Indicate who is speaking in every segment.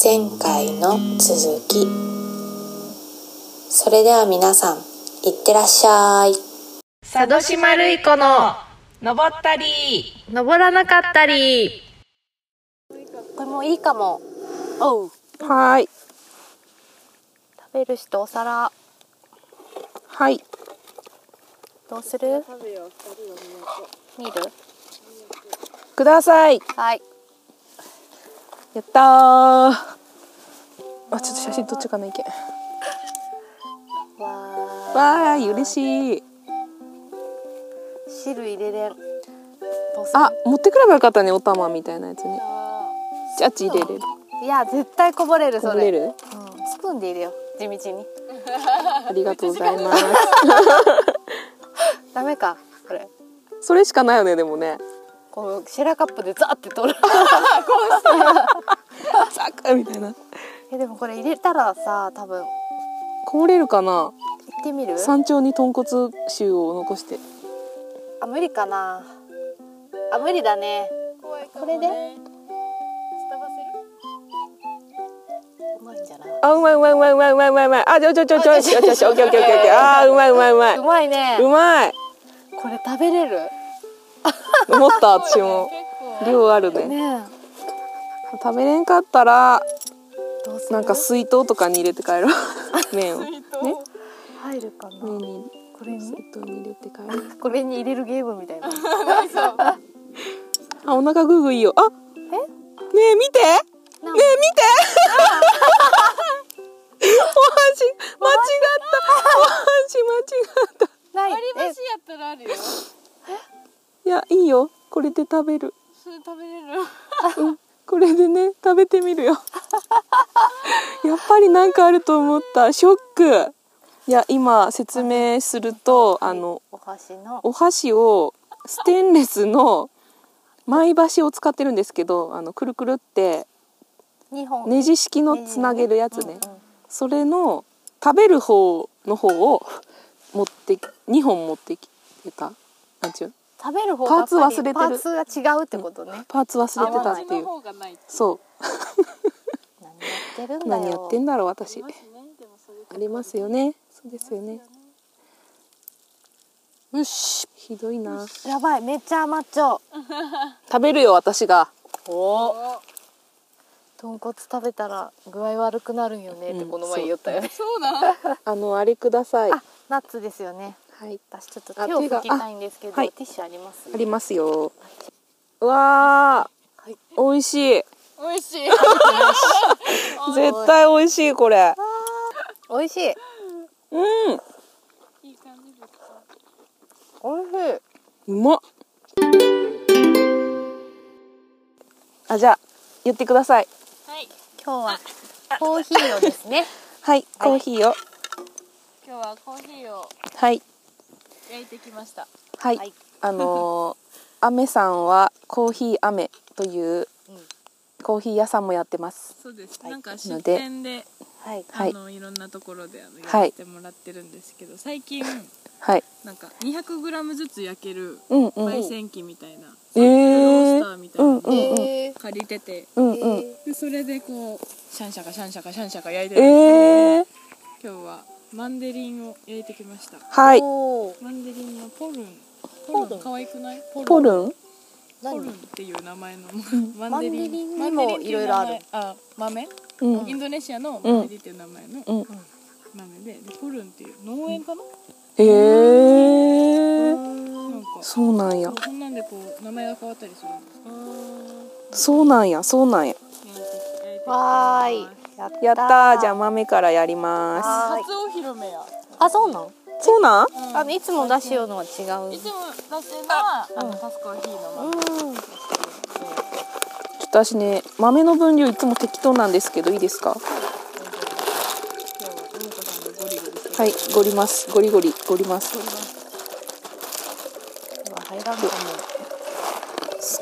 Speaker 1: 前回の続きそれでは皆さんいってらっしゃい
Speaker 2: 佐渡島るい子の登ったり登らなかったり
Speaker 1: これもいいかもおう
Speaker 3: はーい。
Speaker 1: 食べる人お皿
Speaker 3: はい。
Speaker 1: どうする見る
Speaker 3: ください。
Speaker 1: はい
Speaker 3: やったー。あ、ちょっと写真撮っちゃかないけん。
Speaker 1: わ
Speaker 3: わーい、嬉しい。
Speaker 1: ー汁入れれんどうする
Speaker 3: あ、持ってくればよかったね、お玉みたいなやつね。ジャッジ入れれる。
Speaker 1: いや絶対こぼれるそ
Speaker 3: こぼ
Speaker 1: れ
Speaker 3: れる。
Speaker 1: うんスプーンで入れよう地道に
Speaker 3: ありがとうございます。
Speaker 1: ダメかこれ
Speaker 3: それしかないよね、でもね。
Speaker 1: こうシェラカップでザーって取る
Speaker 3: サクみたいな。
Speaker 1: えでもこれ入れたらさ多分行
Speaker 3: こぼれるかな。
Speaker 1: ってみる
Speaker 3: 山頂に豚骨臭を残して。
Speaker 1: あ無理かなあ無理だねこれでうまいんじゃな
Speaker 3: あ、うまいうまいうまいうまいうまいうまいうまい。あ、ちょちょちょちょよしよしよし、オッケーオッケーオッケーオッケー。あー、うまいうまいうまい。
Speaker 1: いう
Speaker 3: う
Speaker 1: まいね
Speaker 3: まい。
Speaker 1: これ食べれる
Speaker 3: 思った、私 も。量あるね。
Speaker 1: ね
Speaker 3: 食べれんかったら
Speaker 1: どうする
Speaker 3: なんか水筒とかに入れて帰ろう 麺をね
Speaker 1: 入るかな
Speaker 3: 麺に
Speaker 1: これに
Speaker 3: 水筒に入れて帰ろう
Speaker 1: これに入れるゲームみたいな
Speaker 3: あお腹グーグーいいよあねえ見て
Speaker 1: なん
Speaker 3: ねえ見て お箸 間違ったお箸間違っ
Speaker 1: ない
Speaker 4: 割り箸やったらあるよ。そ
Speaker 3: たいやいいよこれで食べる
Speaker 4: れ食べれる。
Speaker 3: これでね食べてみ るよやっぱりなんかあると思ったショックいや今説明するとあの
Speaker 1: お箸の
Speaker 3: お箸をステンレスの前箸を使ってるんですけどあのくるくるって
Speaker 1: 二本
Speaker 3: ネジ式のつなげるやつねそれの食べる方の方を持って2本持ってきてたなんちゅう
Speaker 1: 食べる方
Speaker 3: パーツ忘れてる
Speaker 1: パーツが違うってことね
Speaker 3: パーツ忘れてたっ
Speaker 4: こっち
Speaker 3: ていう
Speaker 4: の方がない。
Speaker 3: そ
Speaker 1: 何やってるん
Speaker 3: う
Speaker 1: だよ
Speaker 3: 何やってんだろう私
Speaker 4: ありますね。でもそれ
Speaker 3: ありますよねそうですよねよしひどいな
Speaker 1: やばいめっちゃ甘っちょ
Speaker 3: 食べるよ私が
Speaker 1: お豚骨食べたら具合悪くなるんよねって
Speaker 3: うん
Speaker 1: この前言ったよね、
Speaker 4: そうなん。
Speaker 3: あのあれください
Speaker 1: あナッツですよね
Speaker 3: はい
Speaker 1: 私ちょっと
Speaker 3: あ
Speaker 1: 手を
Speaker 3: 手が
Speaker 1: 拭きたいんですけど、
Speaker 3: あはい
Speaker 1: ティッシュあります
Speaker 3: ありますようわー、
Speaker 1: はい
Speaker 3: 美味しい
Speaker 4: 美味しい。
Speaker 3: 絶対美味しいこれ
Speaker 1: 美味しい
Speaker 3: うん
Speaker 4: いい感じですか。
Speaker 1: 美味しいう
Speaker 3: まっあじゃあ言ってください
Speaker 4: はい。
Speaker 1: 今日はコーヒーをです ね
Speaker 3: はいコーヒーを
Speaker 4: 今日はコーヒーを
Speaker 3: はい
Speaker 4: 焼いてきました。
Speaker 3: はい、
Speaker 1: はい
Speaker 3: あのー、アメさんはコーヒーアメというコーヒー屋さんもやってます
Speaker 4: そうです。
Speaker 1: い
Speaker 4: なんか
Speaker 3: なので
Speaker 4: 出店で、
Speaker 1: はい
Speaker 3: は
Speaker 4: あ
Speaker 3: い
Speaker 4: のいろんなところであの
Speaker 3: はい
Speaker 4: やってもらってるんですけど、最近
Speaker 3: はい
Speaker 4: なんか200グラムずつ焼ける
Speaker 3: うんうん
Speaker 4: 焙煎機みたいな、
Speaker 3: え
Speaker 4: ロース
Speaker 3: ー
Speaker 4: ターみたいなの
Speaker 3: うんうん
Speaker 1: え
Speaker 4: 借りてて、
Speaker 3: うんうん
Speaker 4: でそれでこうシャンシャカシャンシャカシャンシャカ焼いてるんですけ
Speaker 3: えー
Speaker 4: ど今日はマンデリンを焼いてきました
Speaker 3: はい
Speaker 1: おー
Speaker 4: マンデリンのポルンポ
Speaker 1: ポ
Speaker 4: ル
Speaker 1: ル
Speaker 4: ン
Speaker 1: ン
Speaker 4: 可愛くないポ
Speaker 3: ポルン
Speaker 4: ンポルン
Speaker 1: 何
Speaker 4: っていう名前の
Speaker 1: マ
Speaker 4: マ
Speaker 1: ン
Speaker 4: ン
Speaker 1: デ
Speaker 4: デ
Speaker 1: リ
Speaker 4: リ
Speaker 1: ン
Speaker 4: ン
Speaker 1: にも
Speaker 4: マンデリンっていう
Speaker 1: いろ
Speaker 4: 名前
Speaker 1: いろある
Speaker 4: あ豆、
Speaker 3: うん
Speaker 4: インドネシアのマンデリンっていう名前の
Speaker 3: うんうん
Speaker 4: 豆で,、でポルンっていう農園かな、
Speaker 3: えー
Speaker 4: なんかそ
Speaker 3: そうなんや
Speaker 4: うそんなんでこう名前が変わったりするんですか
Speaker 3: そうなんやそうなんや
Speaker 1: わーい
Speaker 3: やったーじゃあ豆からやりま
Speaker 1: はーい
Speaker 4: 初お披露目や、
Speaker 1: あそうなん、
Speaker 3: すそうなん
Speaker 1: あのいつも出しようのは違う
Speaker 4: いつも出してるのはあのタスコーヒーの
Speaker 1: う
Speaker 4: 豆、
Speaker 1: ん
Speaker 3: ちょっと私ね豆の分量いつも適当なんですけどいいですかはいゴリますゴリゴリゴリます
Speaker 1: うわ入らんかも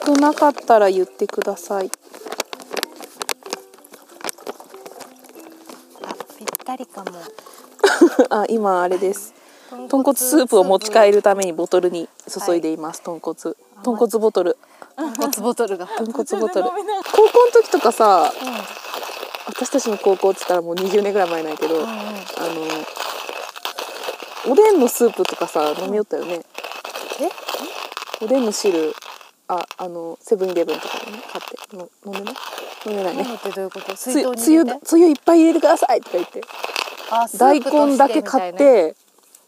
Speaker 3: 少なかったら言ってください
Speaker 1: あぴったりかも
Speaker 3: あ今あれです豚骨スープを持ち帰るためにボトルに注いでいます、豚骨豚骨ボトル
Speaker 1: 豚骨ボトルが
Speaker 3: 豚骨ボトル高校の時とかさ私たちの高校って言ったらもう20年ぐらい前ないけど、あ
Speaker 4: あ
Speaker 3: のおでんのスープとかさ飲みよったよね、えおでんの汁ああのセブンイレブンとかでね買っての飲んでない飲んでないね
Speaker 1: 何ってどういうこと
Speaker 3: つ
Speaker 1: 水
Speaker 3: ゆ
Speaker 1: 筒に入れ
Speaker 3: つゆだ
Speaker 1: て
Speaker 3: つゆいっぱい入れてくださいとか言って
Speaker 1: あス
Speaker 3: 大
Speaker 1: ープと
Speaker 3: 根だけ買って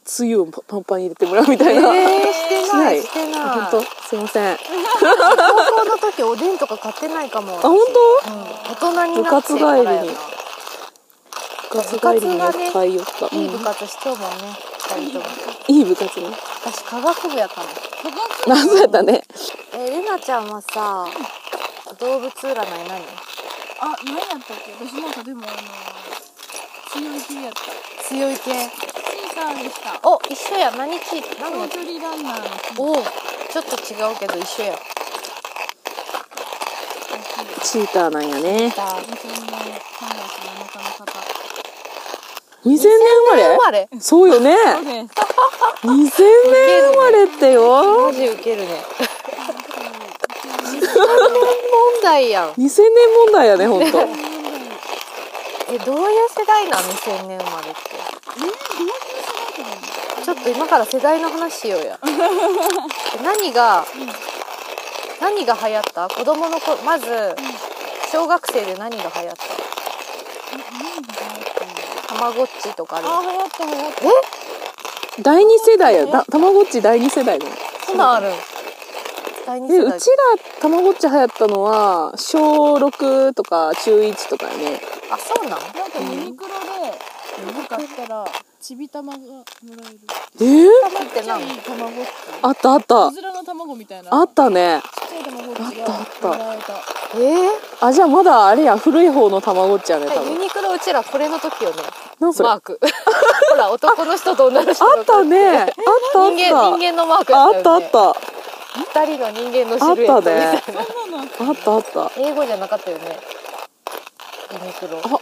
Speaker 3: つゆをパンパンに入れてもらう みたい
Speaker 1: みたいな
Speaker 3: な、
Speaker 1: えー、してない
Speaker 3: し
Speaker 1: してない
Speaker 3: 本当すいませんあ
Speaker 1: 高校の時おでんとか買ってないかも
Speaker 3: 本
Speaker 1: うん大人になってからやな
Speaker 3: 部活帰りに当部活帰りにやっぱいよった、
Speaker 1: いい部活しとうもんね二人とも
Speaker 3: うんいい部活ね
Speaker 1: 私科学部やから
Speaker 3: なんそうやったね
Speaker 1: えれなちゃんはさ動物占い何
Speaker 4: あ何やったっけ私なんかでもあの強い系やった
Speaker 1: 強い系
Speaker 4: チーターでした
Speaker 1: お一緒や何チー何の
Speaker 4: 長距離ランナーのチー
Speaker 1: おおちょっと違うけど一緒や
Speaker 3: チーターなんやね
Speaker 1: だ
Speaker 4: 2000年3月7日の方
Speaker 3: 2000年生まれ
Speaker 1: 生まれ
Speaker 3: そうよね
Speaker 4: そうです
Speaker 3: 2000年生まれってよ
Speaker 1: マジウ ケるね問題やん
Speaker 3: 2000年問題やね本 当。
Speaker 1: えどういう世代なん2000年生まれってちょっと今から世代の話しよ うやえ何が、何が流行った子供の子まず、小学生で何が流行ったたまごっちとかある
Speaker 4: 流行った流行っ
Speaker 3: 第二世代やだたまごっち第二世代だね
Speaker 1: そんなんあるん第二
Speaker 3: で
Speaker 1: 世
Speaker 3: う
Speaker 1: 代
Speaker 3: ちらたまごっち流行ったのは小6とか中1とかやね
Speaker 1: あそうなん
Speaker 4: たなんかユニクロでなんか買ったらちびたまがもらえる
Speaker 3: えー、
Speaker 1: たまって
Speaker 4: ちっちゃ
Speaker 1: ないん
Speaker 4: 卵っ
Speaker 3: あったあってた
Speaker 4: うずらの卵みたいな
Speaker 3: あったね
Speaker 4: ちっちゃい卵っち
Speaker 3: あ
Speaker 4: が
Speaker 3: ったあった
Speaker 4: もらえた
Speaker 1: えー
Speaker 3: あじゃあまだあれや古い方のたまごっちやね多
Speaker 1: はいユ
Speaker 3: 分
Speaker 1: ニクロうちらこれの時よね
Speaker 3: なんそれ
Speaker 1: マ
Speaker 3: あ
Speaker 1: ーク ほら男の人と女の人の
Speaker 3: ったねあったあっ
Speaker 1: 人間
Speaker 3: た
Speaker 1: 人間のマーク
Speaker 3: あ
Speaker 1: や
Speaker 3: った
Speaker 1: よ
Speaker 3: あっ
Speaker 1: ね
Speaker 3: た
Speaker 1: 二人の人間の
Speaker 3: あ
Speaker 1: シ
Speaker 3: っ
Speaker 1: ルエット
Speaker 3: た
Speaker 1: みたいな
Speaker 3: ねあったあった
Speaker 1: 英語じゃなかったよねユニクロ
Speaker 3: あ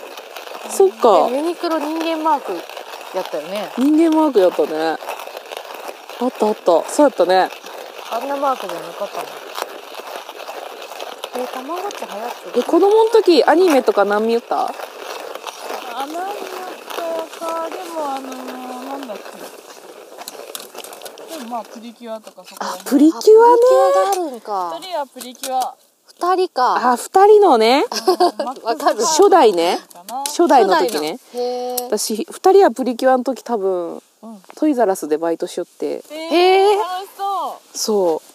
Speaker 3: そっか
Speaker 1: でユニクロ人間マークやったよね
Speaker 3: 人間マークやったねあったあったそうやったね
Speaker 1: あんなマークじゃなかったのえー、たまごっち流行って
Speaker 3: え
Speaker 1: る
Speaker 3: 子供の時アニメとか何見よった
Speaker 4: アナニとかでもあのー、なんだっけでもまあプリキュアとかそこら辺
Speaker 3: プリキュアね
Speaker 1: あプリキュアがあるんか
Speaker 4: 二人はプリキュア
Speaker 1: 二人か
Speaker 3: あ二人のね
Speaker 1: わかる
Speaker 3: 初代ね
Speaker 4: かな
Speaker 3: 初代の時ね
Speaker 1: 初代のへ
Speaker 3: 私二人はプリキュアの時多分
Speaker 4: うん
Speaker 3: トイザらスでバイトしよって
Speaker 4: えー、
Speaker 1: へー
Speaker 4: 楽しそう
Speaker 3: そ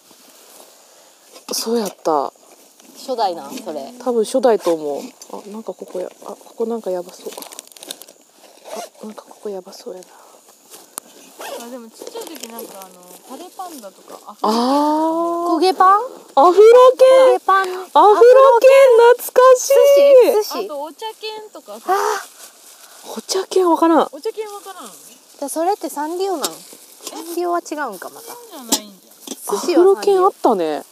Speaker 3: うそうやった
Speaker 1: え初代なんそれ
Speaker 3: 多分初代と思うあなんかここやあここなんかやばそうあなんかここやばそうやな
Speaker 4: あでもちっちゃい時なんかあのパレパンダとかあ
Speaker 1: 焦
Speaker 3: あ
Speaker 1: げパン
Speaker 3: ーアフロ
Speaker 1: 焦
Speaker 3: 犬
Speaker 1: げパン
Speaker 3: アフロ犬懐かしい
Speaker 1: 寿
Speaker 4: あ
Speaker 1: 司
Speaker 4: とお茶犬とかさ
Speaker 3: お茶犬わからん
Speaker 4: お茶犬わからんそ
Speaker 1: じゃあそれってサンリオなんサンリオは違うんかまた
Speaker 4: うじゃないんじゃん
Speaker 3: ア
Speaker 1: 寿司
Speaker 3: フロ
Speaker 1: はサンリ
Speaker 3: 犬あ
Speaker 1: オ
Speaker 3: ったね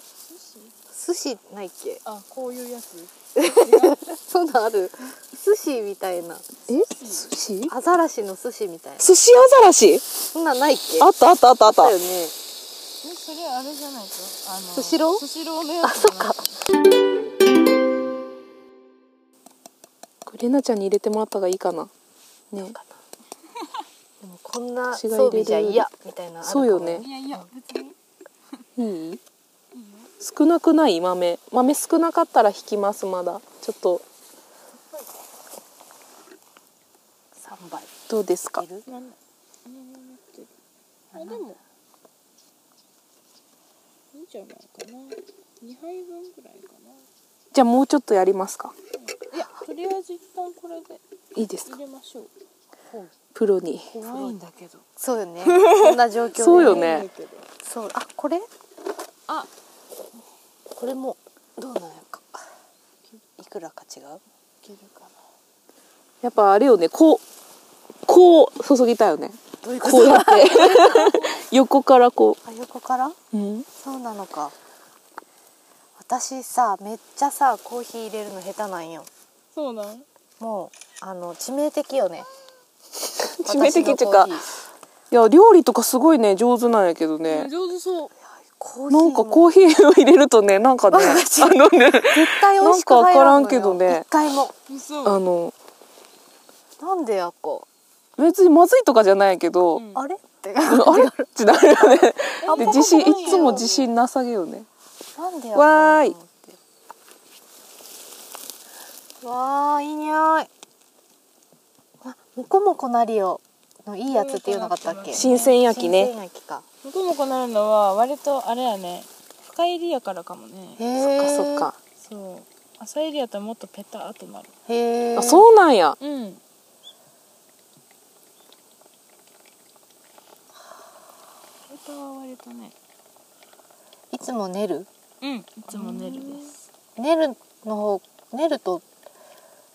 Speaker 1: 寿司ないっけ
Speaker 4: あこういうやつ
Speaker 1: そんなんある寿司みたいな
Speaker 3: え寿司
Speaker 1: アザラシの寿司みたいな
Speaker 3: 寿司アザラシ
Speaker 1: そんなんないっけ
Speaker 3: あったあったあったあった
Speaker 1: だよね
Speaker 4: えそれあれじゃないとあの
Speaker 1: スシロー
Speaker 4: スシローのやつじゃない
Speaker 3: これレナちゃんに入れてもらった方がいいかなね
Speaker 1: でもこんな
Speaker 3: 私が
Speaker 1: 装
Speaker 3: 入
Speaker 1: 備
Speaker 3: れる
Speaker 1: じゃ嫌みたいなのあるかも
Speaker 3: そうよね
Speaker 4: いやいや別に
Speaker 3: いい少なくない豆豆少なかったら引きますまだちょっと
Speaker 1: 三倍
Speaker 3: どうですか
Speaker 1: いる
Speaker 4: あでもいいんじゃないかな2杯分ぐらいかな
Speaker 3: じゃあもうちょっとやりますか
Speaker 4: いやとりあえず一旦これで
Speaker 3: いいですか
Speaker 4: 入れましょう
Speaker 3: プロに
Speaker 4: 怖いんだけど
Speaker 1: そうよねこんな状況で、ね、
Speaker 3: そうよね
Speaker 1: そうあこれ
Speaker 4: あ
Speaker 1: これもどうなんやろかいくらか違う
Speaker 4: いけるかな
Speaker 3: やっぱあれよねこうこう注ぎたいよね
Speaker 1: どういう
Speaker 3: こうやって横からこ
Speaker 1: あ横から
Speaker 3: う、うん、
Speaker 1: そうなのか私さめっちゃさコーヒー入れるの下手なんよ
Speaker 4: そうなん
Speaker 1: もうあの致命的よね
Speaker 3: 致命的っていうか
Speaker 1: 私のコーヒー
Speaker 3: いや料理とかすごいね上手なんやけどね
Speaker 4: 上手そう
Speaker 1: ココーヒー
Speaker 3: な
Speaker 1: も
Speaker 3: んかコーヒーを入れるとねなんかねあのね
Speaker 1: 絶対美味しく入らんのよ
Speaker 3: なんか分からんけどね
Speaker 1: 一回も
Speaker 4: 嘘
Speaker 3: あの
Speaker 1: なんでやっこ
Speaker 3: 別にまずいとかじゃないけど、
Speaker 4: うん
Speaker 1: あれって
Speaker 3: あれってなるよね
Speaker 1: あん
Speaker 3: で
Speaker 1: ま
Speaker 3: 自信
Speaker 1: ことない
Speaker 3: い
Speaker 1: よ
Speaker 3: つも自信なさげよね
Speaker 1: なんでや
Speaker 3: わーい
Speaker 1: いわーいい匂いあもこもこなりおのいいやつっていうのがあったっけ
Speaker 3: 新鮮焼き
Speaker 1: 新
Speaker 3: ね
Speaker 1: 鮮焼きか
Speaker 4: もこもこなるのは割とあれやね深いりやからかもね
Speaker 1: へえ
Speaker 3: そっか
Speaker 4: そう浅いりやともっとペターっとなる
Speaker 1: へえ
Speaker 3: あそうなんや
Speaker 4: うんペタは割とね
Speaker 1: いつも寝る
Speaker 4: うんいつも寝るです
Speaker 1: 寝るの方寝ると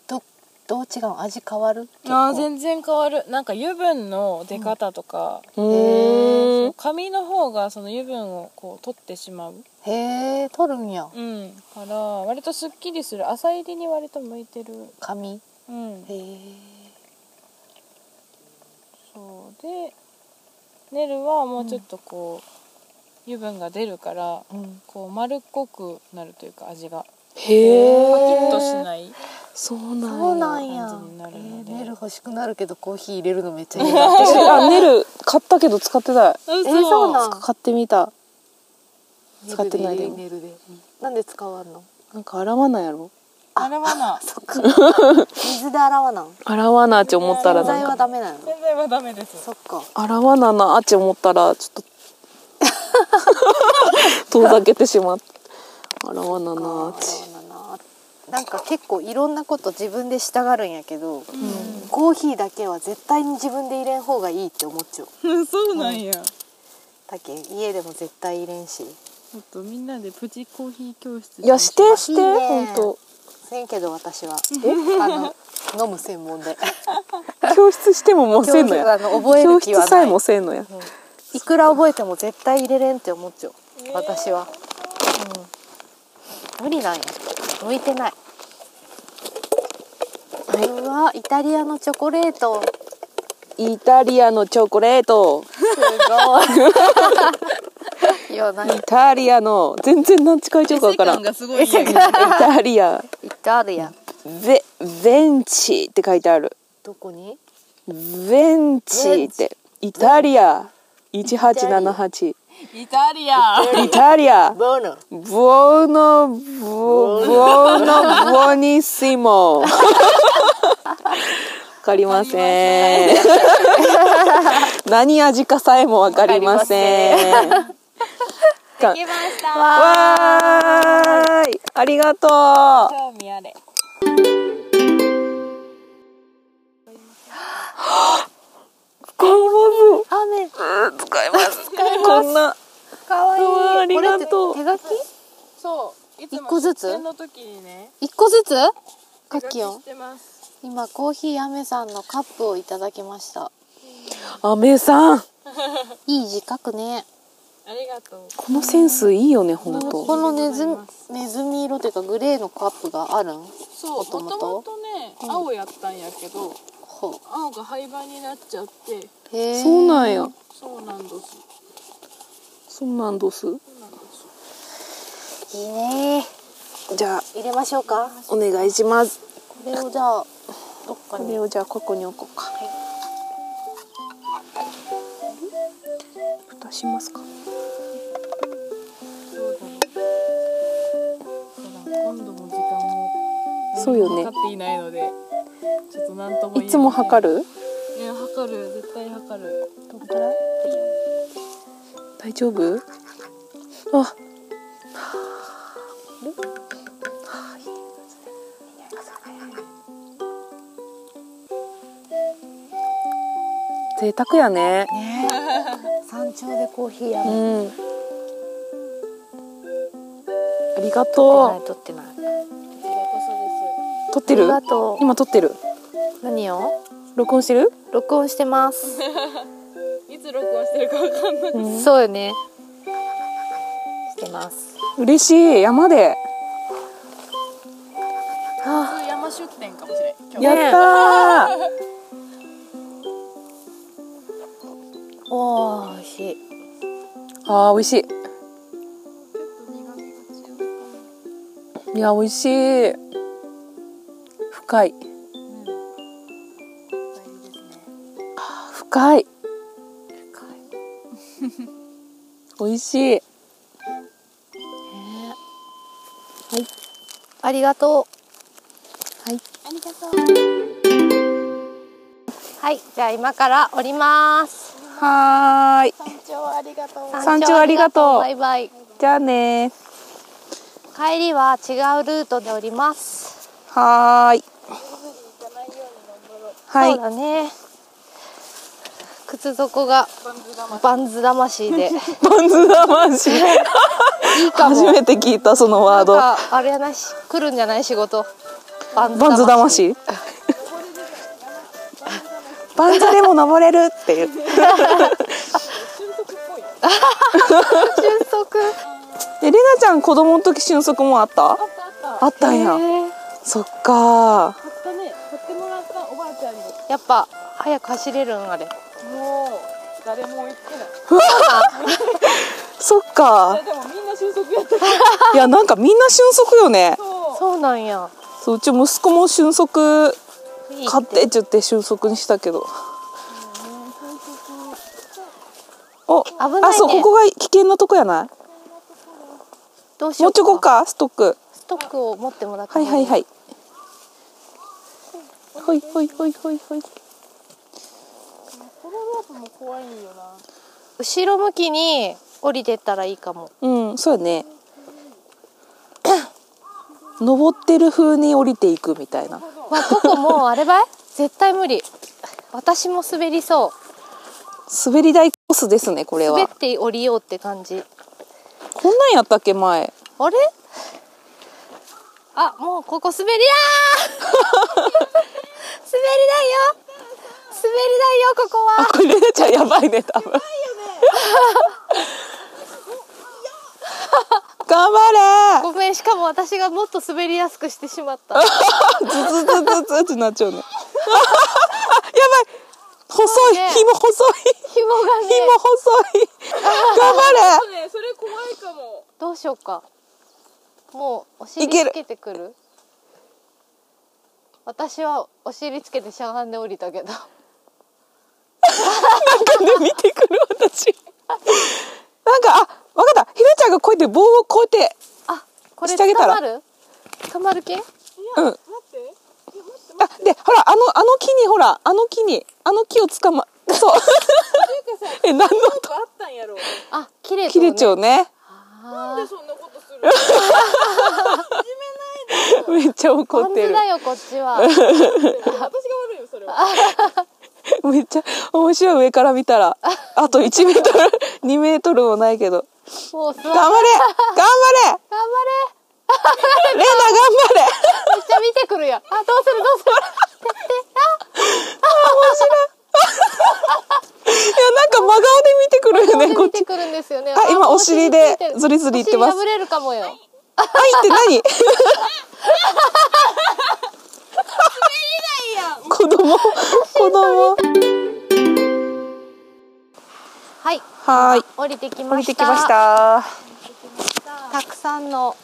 Speaker 1: どどう違う味変わる結
Speaker 4: あー
Speaker 1: 構
Speaker 4: 全然変わるなんか油分の出方とか、
Speaker 3: うーん
Speaker 4: 紙の方がその油分をこう取ってしまう
Speaker 1: へえ取るんや
Speaker 4: うんから割とすっきりする浅入りに割と向いてる
Speaker 1: 紙
Speaker 4: うん
Speaker 1: へえ
Speaker 4: そうでネルはもうちょっとこう、油分が出るから
Speaker 1: うん
Speaker 4: こう丸っこくなるというか味がパキッとし
Speaker 3: へえ
Speaker 4: ない
Speaker 3: そうな
Speaker 1: そ
Speaker 3: んや
Speaker 1: うなんや
Speaker 4: 感じになるので
Speaker 1: えー寝る欲しくなるけどコーヒー入れるのめっちゃい いな
Speaker 3: 私あネル買ったけど使ってない
Speaker 4: え
Speaker 1: えーそうなん
Speaker 3: 買ってみた使ってないでも
Speaker 1: 寝るでなんで使わんの
Speaker 3: なんか洗わないやろ
Speaker 4: 洗わな
Speaker 1: そっか水で洗わなん
Speaker 3: 洗わなあち思ったら
Speaker 1: 洗
Speaker 3: なん
Speaker 1: 剤
Speaker 3: か
Speaker 1: はダメなの
Speaker 4: 洗剤はダメです
Speaker 1: そっか
Speaker 3: 洗わななあち思ったら ちょっと遠ざけてしまった洗わななあち
Speaker 1: そうだななんか結構いろんなこと自分でしたがるんやけど、コーヒーだけは絶対に自分で入れん方がいいって思っちゃう
Speaker 4: そうなんやち
Speaker 1: だけん家でも絶対入れんし
Speaker 4: ょっとみんなでプチコーヒー教室
Speaker 3: いやしてして
Speaker 1: いいね
Speaker 3: 本当
Speaker 1: せんけど私 はあの飲む専門で
Speaker 3: 教室してももうせんのや
Speaker 1: 教室あの覚える気はない
Speaker 3: 教室さえもせんのや
Speaker 1: いくら覚えても絶対入れれんって思っちゃう私は、うん、無理なんや向いてない、うわイタリアのチョコレート
Speaker 3: イタリアのチョコレート
Speaker 1: すごいいやなんか
Speaker 3: イタリアの全然何近いちゃうかわ からんイ
Speaker 4: がすごいね
Speaker 3: タリア
Speaker 1: イタリア
Speaker 3: ベベンチって書いてある
Speaker 1: どこに
Speaker 3: ベンチってイタリア1878
Speaker 4: イタリア
Speaker 3: イタリア
Speaker 1: ボーノ
Speaker 3: ボーノボボーノボニシモ。わかりません。何味かさえもわかりません。わ
Speaker 4: きました
Speaker 3: ーい、ありがとう。
Speaker 4: 興味あれ
Speaker 3: 使いま
Speaker 1: 雨
Speaker 3: す。使います。こんな。
Speaker 1: かわいい
Speaker 3: わあありがとう
Speaker 1: これって手書
Speaker 4: そういつ
Speaker 1: 一個
Speaker 4: も
Speaker 1: ず
Speaker 4: 出
Speaker 1: つ
Speaker 4: 店の時にね
Speaker 1: き一個ずつ書
Speaker 4: 手書
Speaker 1: き
Speaker 4: き
Speaker 1: よ
Speaker 4: してます
Speaker 1: 今コーヒー雨さんのカップをいただきました
Speaker 3: あめさん、
Speaker 1: いい字書くね
Speaker 4: ありがとう
Speaker 3: このセンスいいよね、本
Speaker 1: こ
Speaker 3: 当。
Speaker 1: のネズミネズミ色というかグレーのカップがあるん
Speaker 4: そうも
Speaker 1: 元
Speaker 4: と
Speaker 1: 々
Speaker 4: もとね
Speaker 1: うん
Speaker 4: 青やったんやけど
Speaker 1: ほ
Speaker 4: 青が廃盤になっちゃっ
Speaker 1: う
Speaker 4: て
Speaker 1: へえ
Speaker 3: そうなんや。
Speaker 4: そうなんです
Speaker 3: そうなんどす。
Speaker 1: いいね
Speaker 3: じゃあ、
Speaker 1: 入れましょうか
Speaker 3: お願いします。
Speaker 1: これをじゃあどっか
Speaker 3: こ
Speaker 1: に
Speaker 3: れをじゃあここに置こうか。蓋しますか。
Speaker 4: 今度も時間も
Speaker 3: そうよね
Speaker 4: 測。っていないのでちょっとなんとも言えません
Speaker 3: いつも測る？
Speaker 4: いや測る絶対測る
Speaker 1: どんくらい
Speaker 3: 大丈夫？あ、贅沢やね。
Speaker 1: ねえ山頂でコーヒー
Speaker 3: う
Speaker 1: 雨
Speaker 3: ん。ありが
Speaker 1: 取
Speaker 3: と
Speaker 1: ってない取ってない
Speaker 3: う。撮ってる
Speaker 1: あり？がと
Speaker 3: 今撮ってる。
Speaker 1: う何を
Speaker 3: 録音してる？
Speaker 1: 録音してます。
Speaker 4: いつ録音してるかわかんない
Speaker 1: そうよね。してます。
Speaker 3: 嬉しい山で。
Speaker 4: 山出店かもしれん今日
Speaker 3: やったー。
Speaker 1: おお、美味しい。
Speaker 3: あー美味しいいや美味しい深い深い美味しい
Speaker 1: ありがとう。
Speaker 3: は
Speaker 1: あ
Speaker 3: い。
Speaker 1: りがとう。はい、じゃあ今から降ります。
Speaker 3: はーい山頂ありがとう
Speaker 1: 山頂ありがバイバイ。
Speaker 3: じゃあね
Speaker 1: 帰りは違うルートで降ります。
Speaker 3: はーいはい
Speaker 1: そうだね。靴底がバンズ魂で
Speaker 3: バンズ魂
Speaker 1: いいかも。
Speaker 3: 初めて聞いたそのワード
Speaker 1: なんかあれやなし来るんじゃない仕事。バン
Speaker 3: バンズ魂 バンズでも登れるっていう
Speaker 1: 瞬足。
Speaker 3: え、レナちゃん子供の時瞬足もあったあったあったんや、そっか
Speaker 4: 買ったね買ってもらったおばあちゃんに
Speaker 1: やっぱ早く走れるんあれ。
Speaker 4: もう誰も言ってない
Speaker 3: そっか
Speaker 4: えでもみんな就職やってる
Speaker 3: いやなんかみんな瞬足よね
Speaker 4: と
Speaker 1: そうなんや。
Speaker 3: そううち息子も瞬足
Speaker 1: いい
Speaker 3: 買ってって言って瞬足にしたけどお
Speaker 1: 危ないね
Speaker 3: あそうここが危険なとこやない
Speaker 1: どうし
Speaker 3: も
Speaker 1: よう
Speaker 3: うちょこかストック
Speaker 1: ストックを持ってもらって
Speaker 3: は
Speaker 1: も
Speaker 3: い
Speaker 1: い
Speaker 3: はいはいいほいほいほいほいほい
Speaker 4: このロープも怖いんよな
Speaker 1: 後ろ向きに降りてったらいいかも
Speaker 3: うんそうやね 登ってる風に降りていくみたいな
Speaker 1: まあここもうあればい絶対無理私も滑りそ
Speaker 3: 滑り台コースですねこれ
Speaker 1: う
Speaker 3: は
Speaker 1: 滑って降りようって感じ
Speaker 3: こんなんやったっけ前
Speaker 1: あれあもうここ滑りだー 滑りだよ滑りだよここ
Speaker 3: あ
Speaker 1: は
Speaker 3: これレナちゃんやばいね多分頑張
Speaker 1: ごめんしかも私がもっと滑りやすくしてしまった
Speaker 3: れズズズズズってなっちゃうね あやばい細い
Speaker 1: そうね
Speaker 3: 紐細い
Speaker 1: 紐がね
Speaker 3: 紐細 い頑張
Speaker 4: ねそれ怖いかも
Speaker 1: どうしようかもうお
Speaker 3: い
Speaker 1: 尻
Speaker 3: ける
Speaker 1: つけてくる私はお尻つけてしゃがんで降りたけど
Speaker 3: れなんかね見てくる私なんかあわかったひなちゃんがこうやって棒をこうやって
Speaker 1: あこれ
Speaker 3: してあげ
Speaker 1: 捕
Speaker 3: たら
Speaker 1: まる捕まる系
Speaker 3: うん
Speaker 4: 待って
Speaker 3: あでほらあのあの木にほらあの木にあの木をつかまそう え何の
Speaker 4: なんかあったんやろな
Speaker 1: あ切れち
Speaker 3: 切
Speaker 1: ゃう、ね、
Speaker 3: れちゃうね
Speaker 1: あー
Speaker 4: んでそんなことするの
Speaker 3: めっちゃ怒
Speaker 1: バ
Speaker 3: っ
Speaker 1: ン
Speaker 3: て
Speaker 1: ズ
Speaker 3: る
Speaker 1: だよこっち は
Speaker 4: 私が悪いよそれは
Speaker 3: めっちゃ面白い上から見たらあと1メートル2メートルもないけど
Speaker 1: もう座
Speaker 3: 頑張れ
Speaker 1: 頑張
Speaker 3: 頑張れ
Speaker 1: れ
Speaker 3: レナ頑張れ
Speaker 1: めっちゃ見てくるやんあどうするどうする
Speaker 3: いやなんか真顔で見てくるよねこっ
Speaker 1: 見
Speaker 3: ち
Speaker 1: てくるんですよね
Speaker 3: あ今お尻でズリズリい
Speaker 1: い
Speaker 3: ってます
Speaker 1: 破れるかもよ
Speaker 3: あいって 何子供子供
Speaker 1: はい
Speaker 3: はーい
Speaker 1: 降りてき
Speaker 3: 降
Speaker 1: ま
Speaker 3: り
Speaker 1: した
Speaker 3: てきました
Speaker 1: たくさんの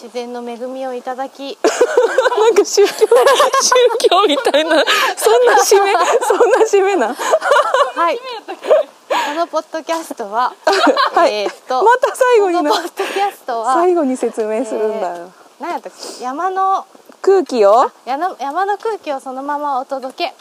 Speaker 1: 自然の恵みをいただ き
Speaker 3: なんか宗教宗教みたいなそんな締めそんな締めな
Speaker 1: はい。このポッドキャストは、
Speaker 3: はい、
Speaker 1: えーっと
Speaker 3: また最後
Speaker 1: こ
Speaker 3: に
Speaker 1: の
Speaker 3: な
Speaker 1: ポッドキャストは、
Speaker 3: 最後に説明するんだよ、
Speaker 1: えー何やったっけ山の
Speaker 3: 空気を
Speaker 1: やの山の空気をそのままお届け。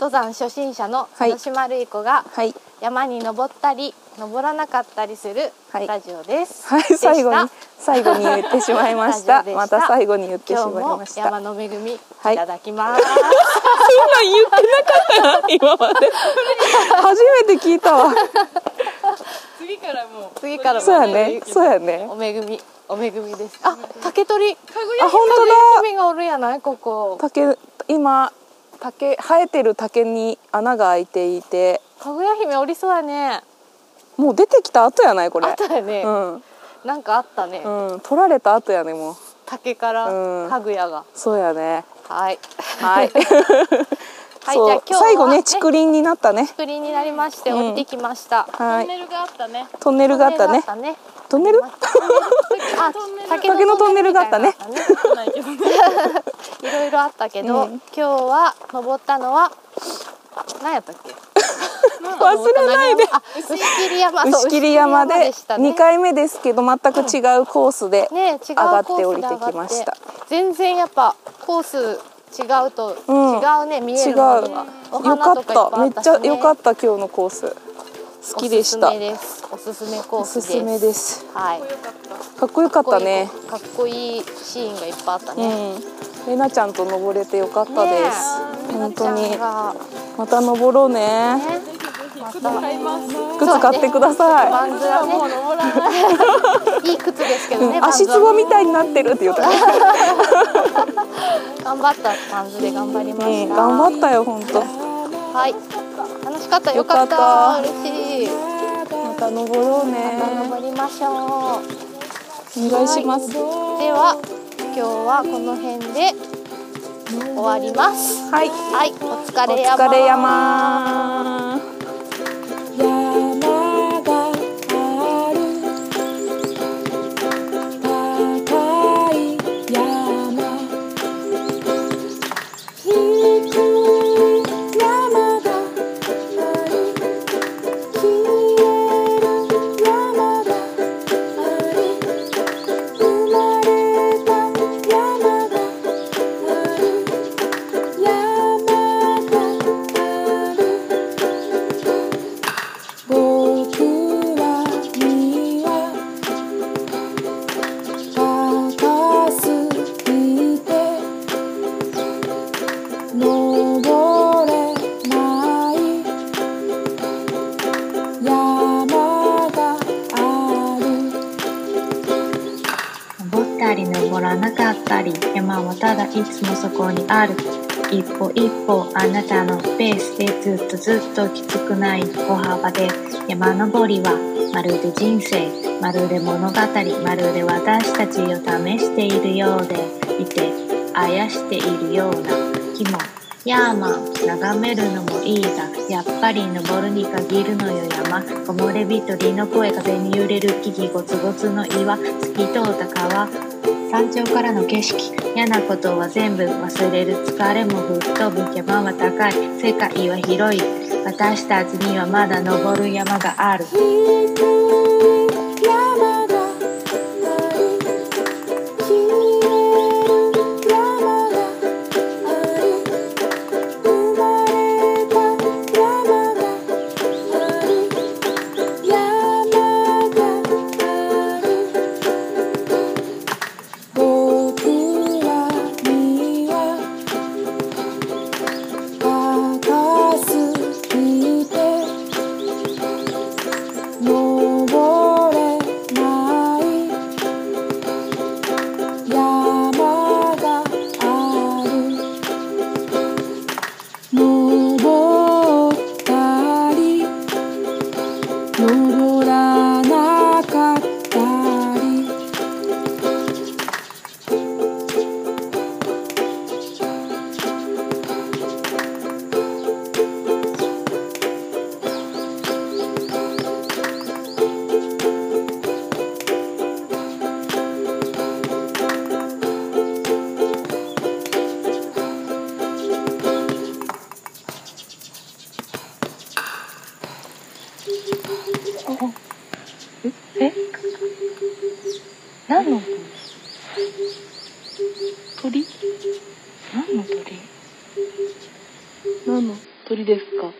Speaker 1: 登山初心者の
Speaker 3: はい
Speaker 1: 佐島るい子が
Speaker 3: はい
Speaker 1: 山に登ったり登らなかったりする
Speaker 3: はい
Speaker 1: ラジオです。
Speaker 3: はい
Speaker 1: でした
Speaker 3: 最後に最後に言ってしまいまし
Speaker 1: ラ
Speaker 3: た
Speaker 1: ジオでした
Speaker 3: また最後に言ってし
Speaker 1: 今
Speaker 3: ま
Speaker 1: 日
Speaker 3: い
Speaker 1: も
Speaker 3: ました
Speaker 1: 山
Speaker 3: 今
Speaker 1: の恵みい
Speaker 3: はい
Speaker 1: ただきます。
Speaker 3: 言ってなかったな今まで初めて聞いたわ
Speaker 4: 次からもう
Speaker 1: 次からも
Speaker 3: そうやねそうやね
Speaker 1: お恵みお恵みです。あ竹取かぐ
Speaker 3: あ本当だ
Speaker 1: みがおるやないここ。
Speaker 3: 竹今竹生えてる竹に穴が開いていて
Speaker 1: かぐや姫おりそうやね。
Speaker 3: もう出てきた後やないこれ
Speaker 1: あったよね。
Speaker 3: うん
Speaker 1: なんかあったね、
Speaker 3: うん取られた後やねもう
Speaker 1: 竹から
Speaker 3: うん
Speaker 1: かぐやが、
Speaker 3: そうやね
Speaker 1: はい
Speaker 3: はい
Speaker 1: はい
Speaker 3: そう
Speaker 1: じゃあ今日は
Speaker 3: 最後
Speaker 1: ね
Speaker 3: ね竹林になったね
Speaker 1: 竹林になりまして降りてきました、
Speaker 3: はい
Speaker 4: ルがあったね
Speaker 3: トンネルがあったね
Speaker 1: トンネルがあったね
Speaker 3: トンネル
Speaker 1: あ
Speaker 3: 竹のトンネルがあったね。
Speaker 4: ないけど ね。
Speaker 1: いろいろあったけど、
Speaker 3: うん
Speaker 1: 今日は登ったのは何やったっけ？
Speaker 3: 忘れないで
Speaker 1: あ、牛切山。そう
Speaker 3: 牛切山
Speaker 1: 牛切
Speaker 3: で
Speaker 1: したね
Speaker 3: 2回目ですけど全く違うコースで
Speaker 1: ね違うコースで
Speaker 3: 上がって降りてきました
Speaker 1: 全然やっぱコース違うと
Speaker 3: うん
Speaker 1: 違うね、見え
Speaker 3: 違う
Speaker 1: るも
Speaker 3: よ
Speaker 1: のがお
Speaker 3: か
Speaker 1: 花とか
Speaker 3: っ
Speaker 1: いっぱ
Speaker 3: た
Speaker 1: いあ
Speaker 3: めっちゃ
Speaker 1: しね
Speaker 3: よかった今日のコース好きでした
Speaker 1: おすすめですおすすめコ
Speaker 3: お
Speaker 1: ースです
Speaker 3: すめです
Speaker 1: はい
Speaker 3: かっこよかったね
Speaker 1: かっこいいシーンがいっぱいあった
Speaker 3: う
Speaker 1: ね、
Speaker 3: んれなちゃんと登れてよかった
Speaker 1: ね
Speaker 3: です本当に
Speaker 1: ちゃんが
Speaker 3: また登ろうね
Speaker 1: ね
Speaker 3: 靴買ってくださ
Speaker 1: バ
Speaker 3: い
Speaker 1: ンズ はねいい靴ですけどね、
Speaker 3: うん
Speaker 1: バンズ
Speaker 3: 足
Speaker 1: は
Speaker 3: つぼみたいになってるって言ったね
Speaker 1: 頑張ったバンズで頑張りま
Speaker 3: う
Speaker 1: し
Speaker 3: ん
Speaker 1: た、
Speaker 3: 頑張ったよ本当
Speaker 1: はい楽しかったよかった
Speaker 3: よかった
Speaker 1: 嬉しい
Speaker 3: また登ろうね
Speaker 1: 頑張りましょう
Speaker 3: お願いします
Speaker 1: では今日はこの辺で終わります
Speaker 3: はい
Speaker 1: はいお疲
Speaker 3: お
Speaker 1: れ
Speaker 3: 疲れ
Speaker 1: 山
Speaker 3: 山
Speaker 5: 登ったり登らなかったり山はただいつもそこにある一歩一歩あなたのペースでずっとずっときつくない歩幅で山登りはまるで人生まるで物語まるで私たちを試しているようでいてあやしているような気もヤーマン眺めるのもいいがやっぱり登るに限るのよ山木漏れ日鳥の声風に揺れる木々ゴツゴツの岩透き通った川山頂からの景色嫌なことは全部忘れる疲れも吹っ飛ぶ山は高い世界は広い私たちにはまだ登る山がある何の鳥何の鳥
Speaker 4: 何の鳥ですか